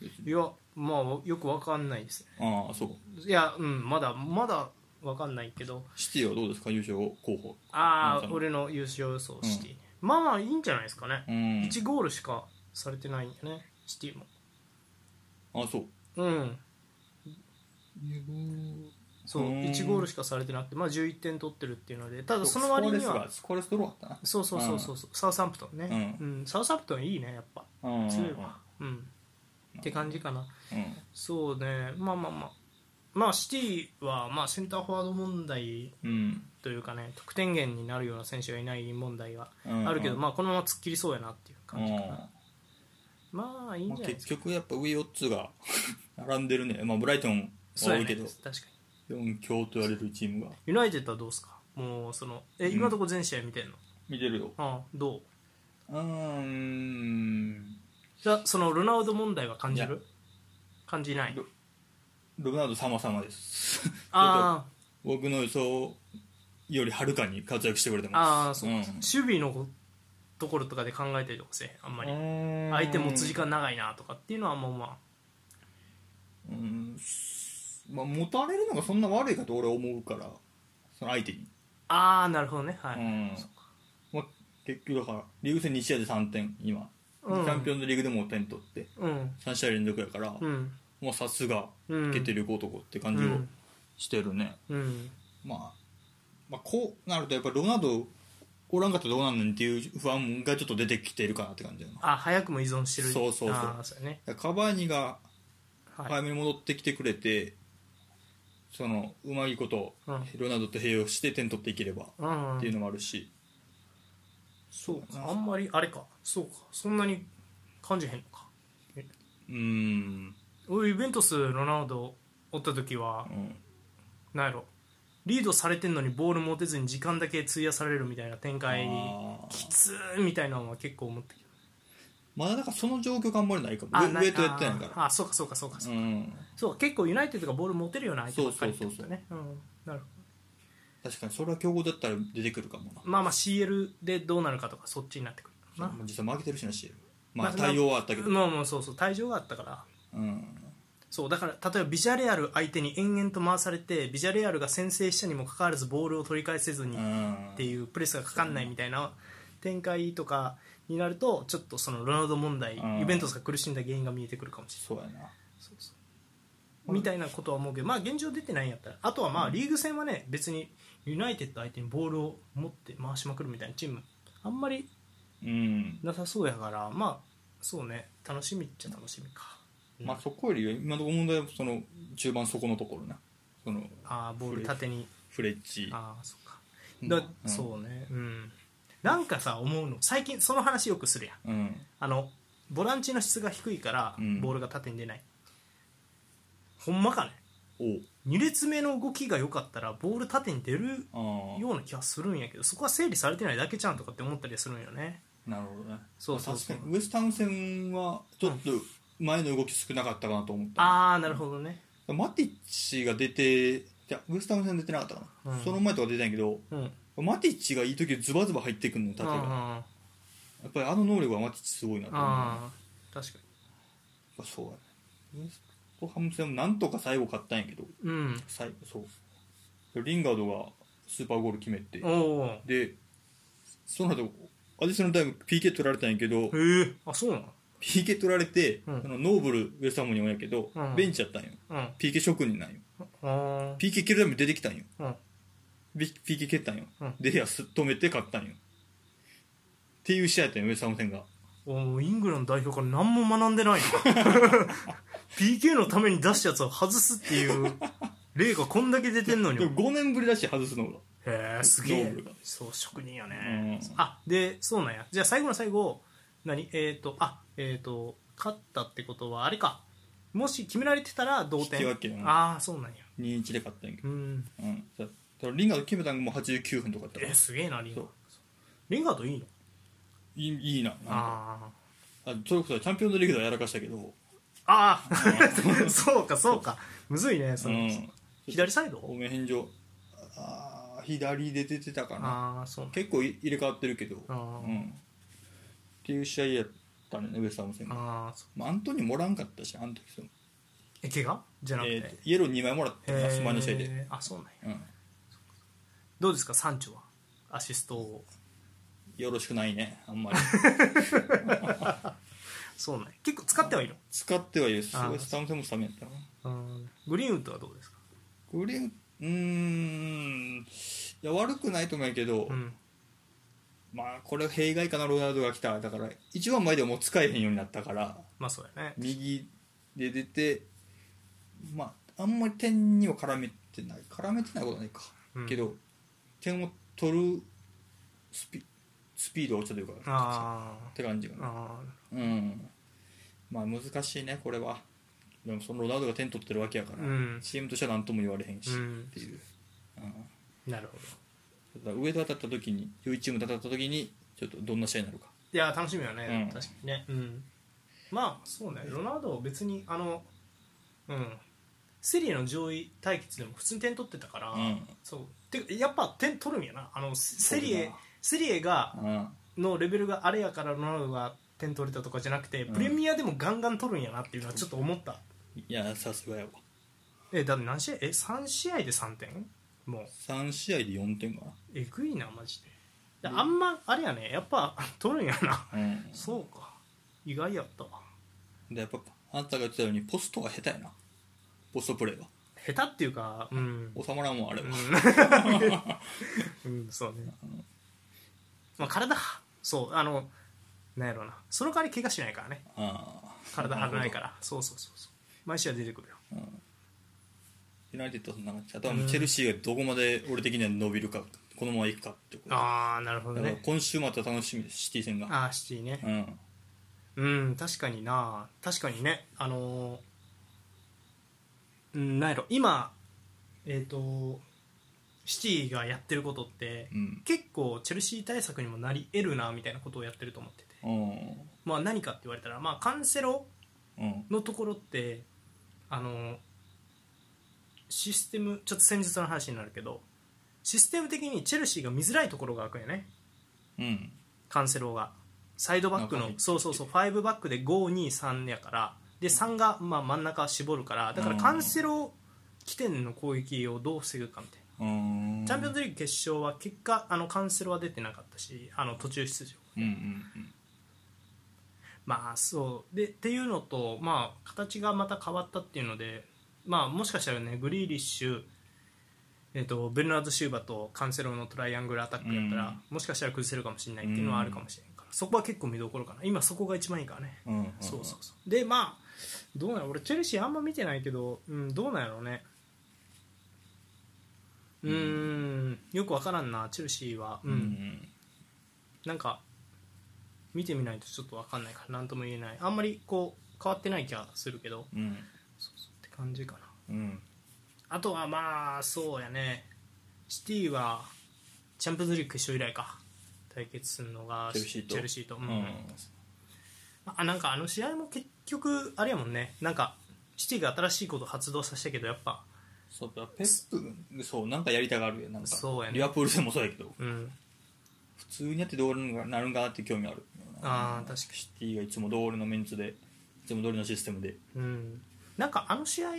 別に
いやまあよくわかんないですね
ああそう
いやうんまだまだわかんないけど
シティはどうですか優勝候補
あ
う
あ
ん
俺の優勝予想シティね、まあまあいいんじゃないですかね、
うん
1ゴールしかされてないんだねシティも
あそう
うんそう
うん
1ゴールしかされてなくて、まあ、11点取ってるっていうのでただその
スコア
割
レ
に
ス
は
がスコアレスドローだったな
そうそうそうそうそうサウサンプトンね、う
うん
サウサンプトンいいねやっぱ
うん
強いわうんって感じかな
うん
そうねまあまあまあまあシティはまあセンターフォワード問題
うん
というかね得点源になるような選手がいない問題は
うん
あるけど、
うん
まあこのまま突っ切りそうやなっていう感じかな、まあいいん
まあ
じゃないです
結
か、
局やっぱ上4つが 並んでるねまあブライトン
そ
は多
うや
い
ね
けど
確かに
4強と言われるチームが
ユナイテッドはどうですかもうそのえ
うん
今のところ全試合見てんの、
見てるよ
ああどう
うーん
じゃあそのロナウド問題は感じ
いや
る感じない
ロロナウド様々です
あ
僕の予想よりはるかに活躍してくれて
あああ
ます
そう、
ん
守備のこところとかで考えたりとかせあんまり
うん
相手持つ時間長いなとかっていうのはもうま
うんまあ持たれるのがそんな悪いかと俺は思うからその相手に
あああなるほどねは
う
い、
んまあ、結局だからリーグ戦2試合で3点今、
うん
チャンピオンズリーグでも点取って
うん
3試合連続やから、
うん
もうさすが
うん
決定力男って
う
感じを
ん
してるね、
うん
まあ、まあこうなるとやっぱロナウドおらんかったらどうなんねんっていう不安がちょっと出てきてるかなって感じだな
あ早くも依存してる
そうそうそう
ああそうやね
カバーニが
はい、
早めに戻ってきてくれて、そのうまいこと
うん
ロナウドと併用して点取っていければ
うん
っていうのもあるし、
そうか
そうだな
あんまりあれかそうかそんなに感じへんのか
うーん
俺イベントスロナウドおった時は
うん
なんやろリードされてんのにボール持てずに時間だけ費やされるみたいな展開に
あー
きつーみたいなのは結構思ったけど
まだなんかその状況があんまりないかも
あ
ウェウェイトやってないから
ああそうかそうかそうかそう
う
か、
ん
そう結構ユナイテッドがボール持てるような相手ばっかりってことねうんなるほ
確かにそれは強豪だったら出てくるかもな
どまあまあ CL でどうなるかとかそっちになってくるかな
実際負けてるしなしまあ
まあ
対応はあったけど
まあまあそうそう退場があったから
うん
そうだから例えばビジャレアル相手に延々と回されてビジャレアルが先制したにもかかわらずボールを取り返せずに
う
っ
ん
ていうプレスがかかんないみたいな展開とかになるとちょっとそのロナウド問題
うん
ユベントスが苦しんだ原因が見えてくるかもしれない
そうやな
そうそうみたいなことは思うけど、まあ、現状出てないんやったらあとはまあリーグ戦はね別にユナイテッド相手にボールを持って回しまくるみたいなチームあんまり
うん
なさそうやからまあそうね楽しみっちゃ楽しみか、
まあそこより今のところ問題はその中盤そこのところなその
ああボール縦に
フレッチ
ああそっか
うん
だ、
うん
そうねうんなんかさ思うの最近その話よくするやん
うん
あのボランチの質が低いから
うん
ボールが縦に出ない、ほんまかね
お
2列目の動きが良かったらボール縦に出る
あ
ような気がするんやけどそこは整理されてないだけじゃんとかって思ったりするんよね
あなるほどね
そうそうそう
まあ確かにウエスタン戦はちょっと前の動き少なかったかなと思った
ああなるほどね
マティッチが出ていやウエスタン戦出てなかったかな、
うん
その前とか出てないけど
うんうん
マティッチがいい時ズバズバ入ってくんの縦
うん
が、や
あ
っぱりあの能力はマティッチすごいなと思うやっ
あ確か
ぱそうやねウエストハム戦もなんとか最後勝ったんやけど
にうん
最そうリンガードがスーパーゴール決めて
おお
でその後アディショナルタイム PK 取られたんやけど
へえあそうなの
PK 取られて、
うん
あのノーブルウエスタムにおんやけど、
うん
ベンチやったんよ
うんあ
PK 職人なんよ
あ
PK 蹴るために出てきたんよ
うん
ビ PK 蹴ったんよ、
うん
でいやす止めて勝ったんよっていう試合やったんよウェスタム戦が
おーイングランド代表から何も学んでないな PK のために出したやつを外すっていう例がこんだけ出てんのに
でも5年ぶりだし外すのが
へえすげえ
ノーブルが
そう職人やね、
うん
あでそうなんやじゃあ最後の最後何えっ、とあえっ、と勝ったってことはあれかもし決められてたら同点
引き分けうん
ああそうなんや
2-1で勝ったんやけ
う
ど、
ん
うんだからリンガード決めたんがもう89分とかやった
え
からい
すげえなリンガード
そ
リンガードいいの
いいいななんか
あ
あそれこそチャンピオンズリーグではやらかしたけど、
あああ そうかそうかむずいねその、
うん
左サイド
方面返上ああ左で出てたかな
ああそう
結構い入れ替わってるけど、
あー
うん、っていう試合やったのねウエストハム戦が
ああそう
まあ、アントニーもらんかったしあの時その、
え怪我じゃなくて、
えーとイエロー2枚もらったなスマの試合で、
へーあそうなんや
うん、
どうですかサンチョはアシストを
よろしくないねあ んまり
そうなんや結構使ってはいる
使ってはいるし
あー
ウエストハム戦もスタメンやったな
うんグリーンウッドはどうですか
これうーんいや悪くないと思うけど、
うん
まあこれ弊害かなロナウドが来ただから一番前でもう使えへんようになったから
まあそうやね
右で出てまああんまり点には絡めてない絡めてないことはないか、
うん
けど点を取るスピスピードが落ちたというか
あ
って感じか
ー
な
あ
うんまあ難しいねこれはでもそのロナウドが点取ってるわけやから、
うん
チームとしては何とも言われへんし、
ーう
っ
ん
ていう、うん、
なるほど
ただ上と当たった時に良いチームと当たった時にちょっとどんな試合になるか
いや楽しみよね、
うん
確かにね、うん、まあそうねロナウドは別にあのうんセリエの上位対決でも普通に点取ってたから、
うん
そうてかやっぱ点取るんやなあのセセリ
取る
エ
な
セリエが
うん
のレベルがあれやからロナウドが点取れたとかじゃなくて、
うん
プレミアでもガンガン取るんやなっていうのはちょっと思った、
いやさすがやわ
えだって何試合え3試合で3点もう
3試合で4点か
えぐいなマジでであんまあれやねやっぱ取るんやな
なうん
そうか意外やったわ
でやっぱあんたが言ってたようにポストが下手やなポストプレーが
下手っていうかうん
収まらんもんあれは、
うん、そうね。まあ、体は、そう、あの、なんやろうな。その代わり怪我しないからね。
あー
体張らないから。そうそうそうそう。毎試合出てくるよ。
ユナイテッドはそんな感じあとはもうチェルシーがどこまで俺的には伸びるかこのままいくかってこと
ああ、なるほど
だから
ね。
今週また楽しみですシティ戦が
ああ、シティね
う。ん
うん、確かにな。確かにね。あのーうん、なんやろ。今、えっ、と、シティがやってることって、
うん
結構チェルシー対策にもなり得るなみたいなことをやってると思ってて、
うん
まあ、何かって言われたら、まあ、カンセロ
うん
のところってあのシステムちょっと戦術の話になるけどシステム的にチェルシーが見づらいところが開くよね
うん
カンセロがサイドバック
中
の
に
そうそうそう5バックで523やからで3がまあ真ん中絞るからだから
うん
カンセロ起点の攻撃をどう防ぐかみたいな
うん
チャンピオンズリーグ決勝は結果あのカンセロは出てなかったしあの途中出場
うんうん
まあそうでっていうのと、まあ、形がまた変わったっていうので、まあ、もしかしたらねグリーリッシュ、えっとベルナード・シューバとカンセロのトライアングルアタックだったら、もしかしたら崩せるかもしれないっていうのはあるかもしれないから、そこは結構見どころかな今そこが一番いいからね、
うんうん
そうそうそうでまあどうなの俺チェルシーあんま見てないけど、うん、どうなんやろうねうーんよくわからんなチェルシーは、
う
うん
ん
なんか見てみないとちょっと分かんないから何とも言えないあんまりこう変わってない気はするけど
うん
そうそうって感じかな
うん
あとはまあそうやねシティはチャンピオンズリーグ決勝以来か対決するのが
チェルシーと
とう
うんん
あなんかあの試合も結局あれやもんねなんかシティが新しいことを発動させたけどやっぱ
そうだペスプそうなんかやりたがるよなんか
そうやね
リアプールでもそうやけど
うん
普通にやってどうなるんかなって興味ある
あー確かに
シティがいつも通りのメンツでいつも通りのシステムで
うんなんかあの試合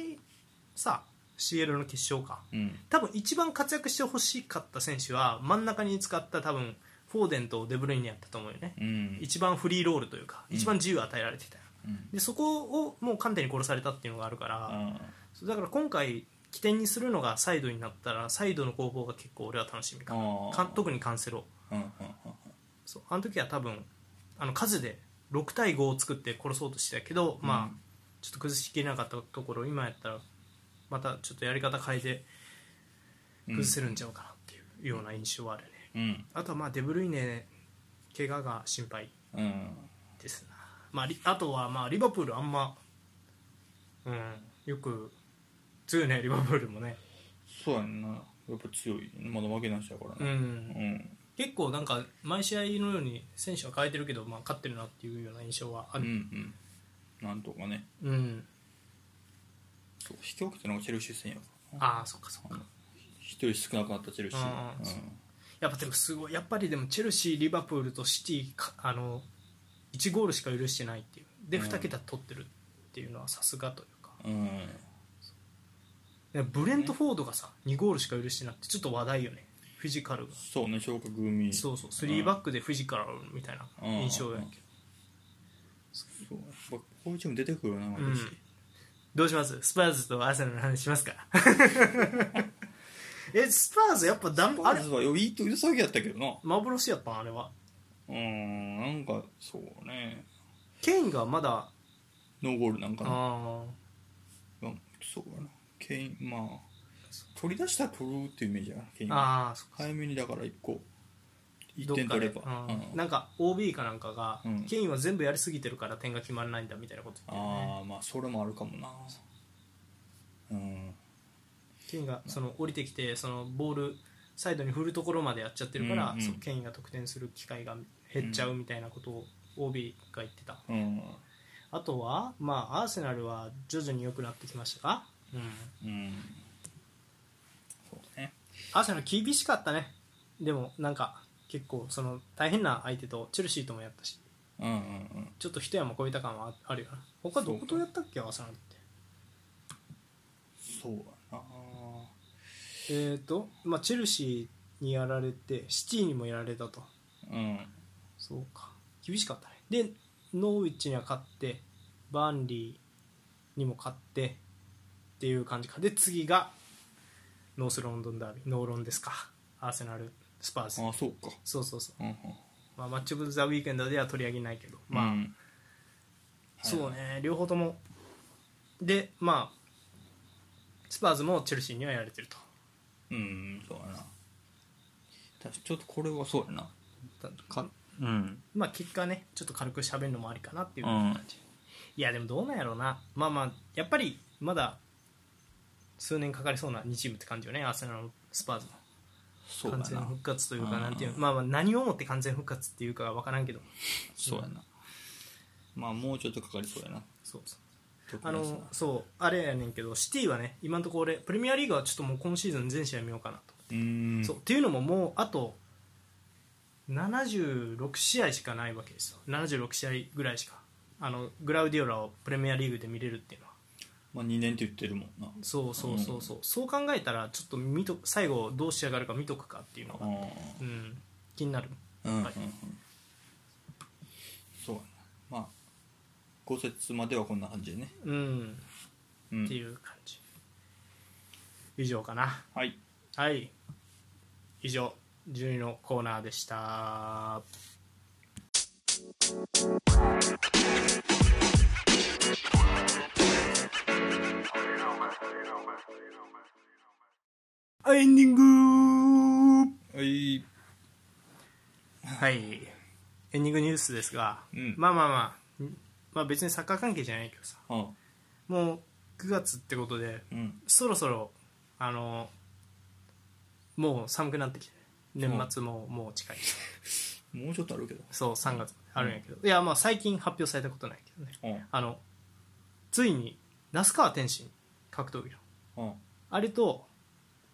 さ CL の決勝か
うん
多分一番活躍してほしかった選手は真ん中に使った多分フォーデンとデブルイネやったと思うよね、
うん
一番フリーロールというか
ん
一番自由を与えられてたよ、
うん
でそこをもう観点に殺されたっていうのがあるから、
あ
そうだから今回起点にするのがサイドになったらサイドの攻防が結構俺は楽しみかな
あ
か特にカンセロ
うんうん
そうあの時は多分あの数で6対5を作って殺そうとしてたけど、まあちょっと崩しきれなかったところ今やったらまたちょっとやり方変えて
うん
崩せるんちゃうかなっていうような印象はあるね、
うん
あとはまあデブルイネ怪我が心配
うん
ですな、まあ、リあとはまあリバプールあんまうんよく強いねリバプールもね
そうやんなやっぱ強いまだ負けなしだから
う
ね
ん
うん
結構なんか毎試合のように選手は変えてるけど、まあ、勝ってるなっていうような印象はあ
うんう
る
んなんとかね
うん、
そう引き分けたのがチェルシー戦やからな
ああそっかそっか
一人少なくなったチェルシ
あ
ー
ーやっぱでもすごいやっぱりでもチェルシーリバプールとシティかあの1ゴールしか許してないっていうで
うん
2桁取ってるっていうのはさすがというか
うん
でブレント・フォードがさ2ゴールしか許してなくてちょっと話題よねフィジカルが
そうね昇格組
そうそう3バックでフィジカルみたいな印象やけど
そうやっぱこういうチーム出てくるな
うん
私、
どうしますスパーズとアーセナルの話しますか えスパーズやっぱだん
あ
あ
れ
れ
はよいいと騒ぎやったけどな
幻やったんあれは
うんなんかそうね
ケインがまだ
ノーゴールなんかな
あー
まあそうかなケインまあ取り出したら取るっていうイメージやなケインは
あーそっか
早めにだから1個1
どっ
点
か
取
で
れば
うん
うん
なんか OB かなんかが、
うん
ケインは全部やりすぎてるから点が決まらないんだみたいなこと言ってるね
ああまあそれもあるかもなうん
ケインがその降りてきてそのボールサイドに振るところまでやっちゃってるから、
うんうん
そうケインが得点する機会が減っちゃうみたいなことを OB が言ってた、
うん
あとは、まあ、アーセナルは徐々に良くなってきましたか、うん、
うんそうね
アーセナル厳しかったねでもなんか結構その大変な相手とチェルシーともやったし
うんうんうん
ちょっと一山越えた感はああるよな他どことやったっけアーセナルって
そうやな
えーとまあ、チェルシーにやられてシティにもやられたと
うん
そうか厳しかったねでノーウィッチには勝ってバンリーにも勝ってっていう感じかで次がノースロンドンダービーノーロンですかアーセナルスパーズ
ああそうか
そうそうそう、
うんうん
まあ、マッチ・オブ・ザ・ウィークエンドでは取り上げないけどまあ、
うん
そうね両方ともでまあスパーズもチェルシーにはやられてると
うんそうやな確かちょっとこれはそうやなかうん
まあ結果ねちょっと軽く喋るのもありかなっていうう、
ん
いやでもどうなんやろうなまあまあやっぱりまだ数年かかりそうな2チームって感じよねアーセナルスパーズ
そう
の
や
完全
な
復活という
う
か
ん
なんていうのまあまあ何をもって完全復活っていうかは分からんけど
そうやなまあもうちょっとかかりそうやな
そうそう
特
あ
にさ
のそうあれやねんけどシティはね今のところ俺プレミアリーグはちょっともう今シーズン全試合見ようかなと、
うーん
そうっていうのももうあと76試合しかないわけですよ76試合ぐらいしかあのグラウディオラをプレミアリーグで見れるっていうのは
まあ2年って言ってるもんな
そうそうそうそう、そう考えたらちょっと見と最後どう仕上がるか見とくかっていうのが、
う
うん、気になる
んうんうん
はい
そうやなまあ五節まではこんな感じでね
うん、
うん
っていう感じ以上かな
はい
はい以上12のコーナーでしたエンディング
はい
はいエンディングニュースですが、
うん
まあまあまあんまあ別にサッカー関係じゃないけどさ
あ
もう9月ってことで
うん
そろそろあのもう寒くなってきて年末ももう近いし
もうちょっとあるけど
そう3月まであるんやけど、いやまあ最近発表されたことないけどね
うん
あのついに那須川天心格闘技の
うん
あれと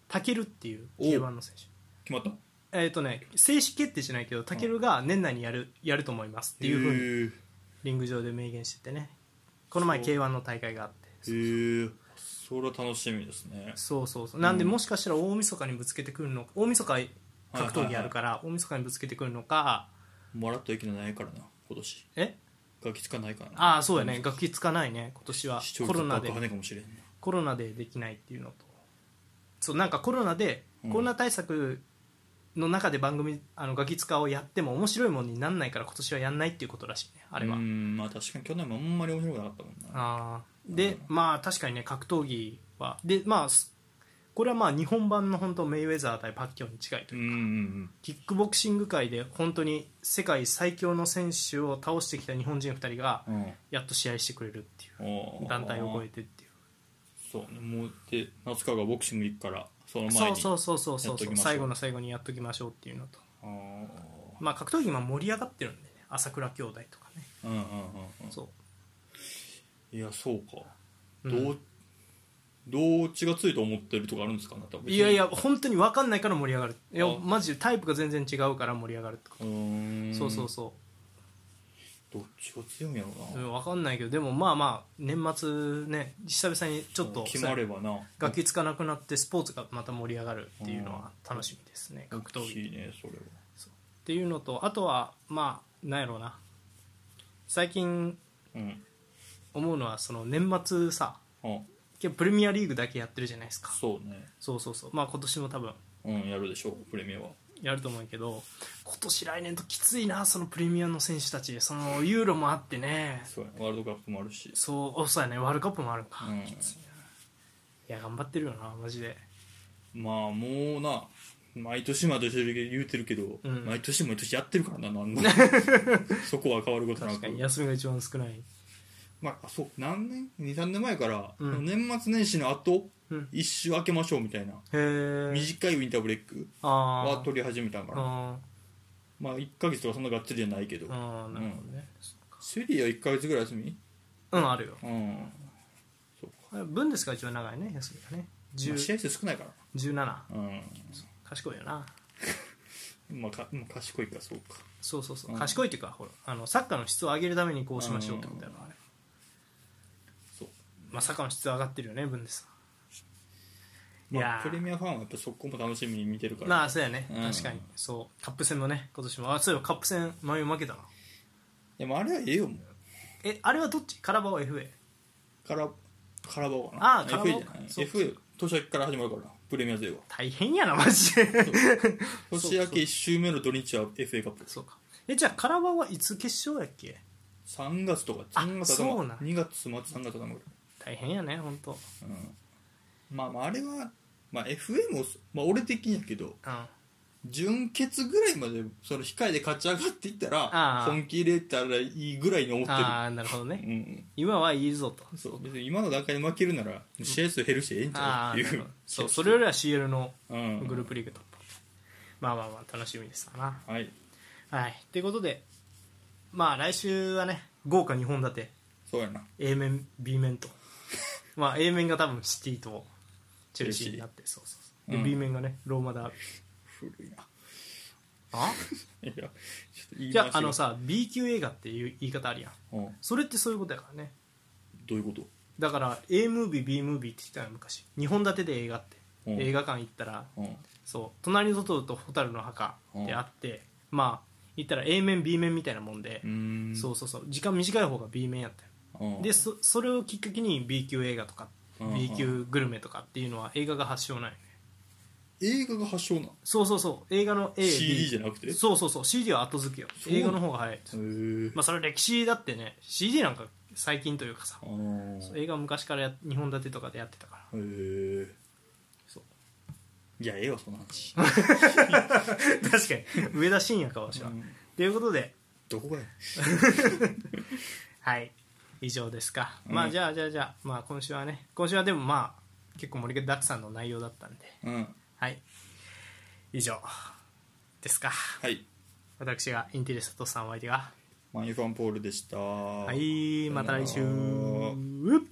タケルっていう K1 の選手
決まったっ
えっ、とね正式決定じゃないけどタケルが年内にやるやると思いますっていうふうに
う
リング上で明言しててねこの前 k 1の大会があって
へえそれは楽しみですね
そうそうそうなんでもしかしたら大晦日にぶつけてくるのか大晦日格闘技やるから大晦日にぶつけてくるのか
もらった駅のないからな今年
え
ガキつかないからな
ああそうやね楽器つかないね今年は
視聴
コロ
率
ナで
爆跳ねかもしれんね
コロナでできないっていうのとそうなんかコロナで
うん
コロナ対策の中で番組、あのガキ使をやっても面白いもんになんないから今年はやんないっていうことらしいねあ
あ
れは、
うんまあ確かに去年もあんまり面白くなかったもんな
あーで、まあ確かにね格闘技はでまあすこれはまあ日本版の本当メイウェザー対パッキャオに近いと
う
いうん
うん
キックボクシング界で本当に世界最強の選手を倒してきた日本人2人が
うんうん
やっと試合してくれるってい
お
う
ー
団体を超えてっていう
そうねもうで夏川がボクシング行くからその前
そう
に
そうそうそうそ
やっ
う
ときましょう
最後の最後にやっときましょうっていうのと、
あー
まあ、格闘技今盛り上がってるんでね朝倉兄弟とかね
うんうんうんうん
そ
いやそうか、
う、
ど
う
うどっちがついと思ってるとかあるんですかね多
ん
分
いやいや本当に分かんないから盛り上がるいや
あ
マジでタイプが全然違うから盛り上がるってこ
うーん
とそうそうそ
どどっちが強いんやろ
う
な、
ん、分かんないけどでもまあまあ年末ね久々にちょっと
決まればな
楽器つかなくなってスポーツがまた盛り上がるっていうのは楽しみですね、格闘技
いいねそれは
っていうのとあとはまあなんやろうな最近
うん
思うのはその年末さ
あ
結構プレミアリーグだけやってるじゃないですか
そうね
そうそうそうまあ今年も多分
うんやるでしょうプレミアは
やると思うけど今年来年ときついなそのプレミアの選手たちそのユーロもあってね
そうやねワールドカップもあるし
そうおそうやねワールドカップもあるんか、
うん
きついないや頑張ってるよなマジで
まあもうな毎年毎年言うてるけど、
うん
毎年毎年やってるからな なんもそこは変わることな
確か
く
に休みが一番少ない
まあ、そう何年23年前から、
うん
年末年始の後、
うん
一周空けましょうみたいな
へえ
短いウィンターブレイク
あ
は
ー
取り始めたんかな
あ
まあ1ヶ月とかそんながっつりじゃないけど
ーあーなるほどね、
セリア1ヶ月ぐらい休み
うん、あるよ
うんそうか、
分ですが一番長いね休みがね
まあ、試
10
合数少ないか
17
らうん
賢いよな
まあかまあ賢いかそうか
そうそうそう、
うん
賢いっていうかほらあのサッカーの質を上げるためにこうしましょうってことやろあれ、
そう
まあ、サッカーの質は上がってるよね分ですがいや
ま
ー
あ、プレミアファンはやっぱそこも楽しみに見てるから、
まあそうやね、
うん
確かにそうカップ戦もね今年もあそういえばカップ戦前負けたな
でもあれはええよもう
えあれはどっちカラバオ FA
カラカラバオか
あ
な
ーカラバオ
FA じゃ
か
ない
そう
FA 年明けから始まるからなプレミア勢は
大変やなマジで
年明け1周目の土日は FA カップ
そうかえじゃあカラバオはいつ決勝やっけ
3月とか
あ
3月
そ
頭
うなん
2月末3月頭ぐらい、
大変やね本当うん
うん、まあまああれは、まあ、FA も、まあ、俺的にやけど
あ
準決ぐらいまでその控えで勝ち上がっていった
あ
ら
あ
本気入れたらいいぐらいに思ってる
あーなるほどね
うん
今はいいぞと
そう別に今の段階で負けるなら試合数減るしええんちゃ
ああ
う
な
ってい
る
う
ほ どそうそれよりは CL の
うん
グループリーグ突破、まあまあまあ楽しみですかな
はい
はいということでまあ来週はね豪華2本立て
そうやな
A 面 B 面 とまあ A 面が多分シティとチェルシーになってそうそうそうで、
うん
B 面がねローマだ
古いな
あ
いやちょっと言い
じゃ
回し
あ
が
あのさ B 級映画っていう言い方あるやん
うん
それってそういうことやからね
どういうこと
だから A ムービー B ムービーって言ってたのよ昔2本立てで映画って、
うん
映画館行ったら
うん
そう「隣のトトロと蛍の墓」ってあって、まあ言ったら A 面 B 面みたいなもんで、
うーん
そうそうそう時間短い方が B 面やったよ
うん
でそそれをきっかけに B 級映画とか
うんうん
B 級グルメとかっていうのは映画が発祥ない
映画が発祥な
そうそうそう映画の A
CD じゃなくてへ
そうそうそう CD は後付けよ
そう
映画の方が早い
え
まあそれは歴史だってね CD なんか最近というかさ
あー
そう映画は昔からや日本立てとかでやってたから
へえ
そう
いやええわその話
確かに上田晋也かわしは、
うん
ということで
どこがや
はい以上ですか、
うん
まあじゃあじゃあじゃあ,、まあ、今週はね今週はでもまあ結構盛りだくさんの内容だったんで
うん
はい以上ですか
はい
私がインテリストさんお相手が
マイファンポールでした
は
はい
また来週
さよなら
うっ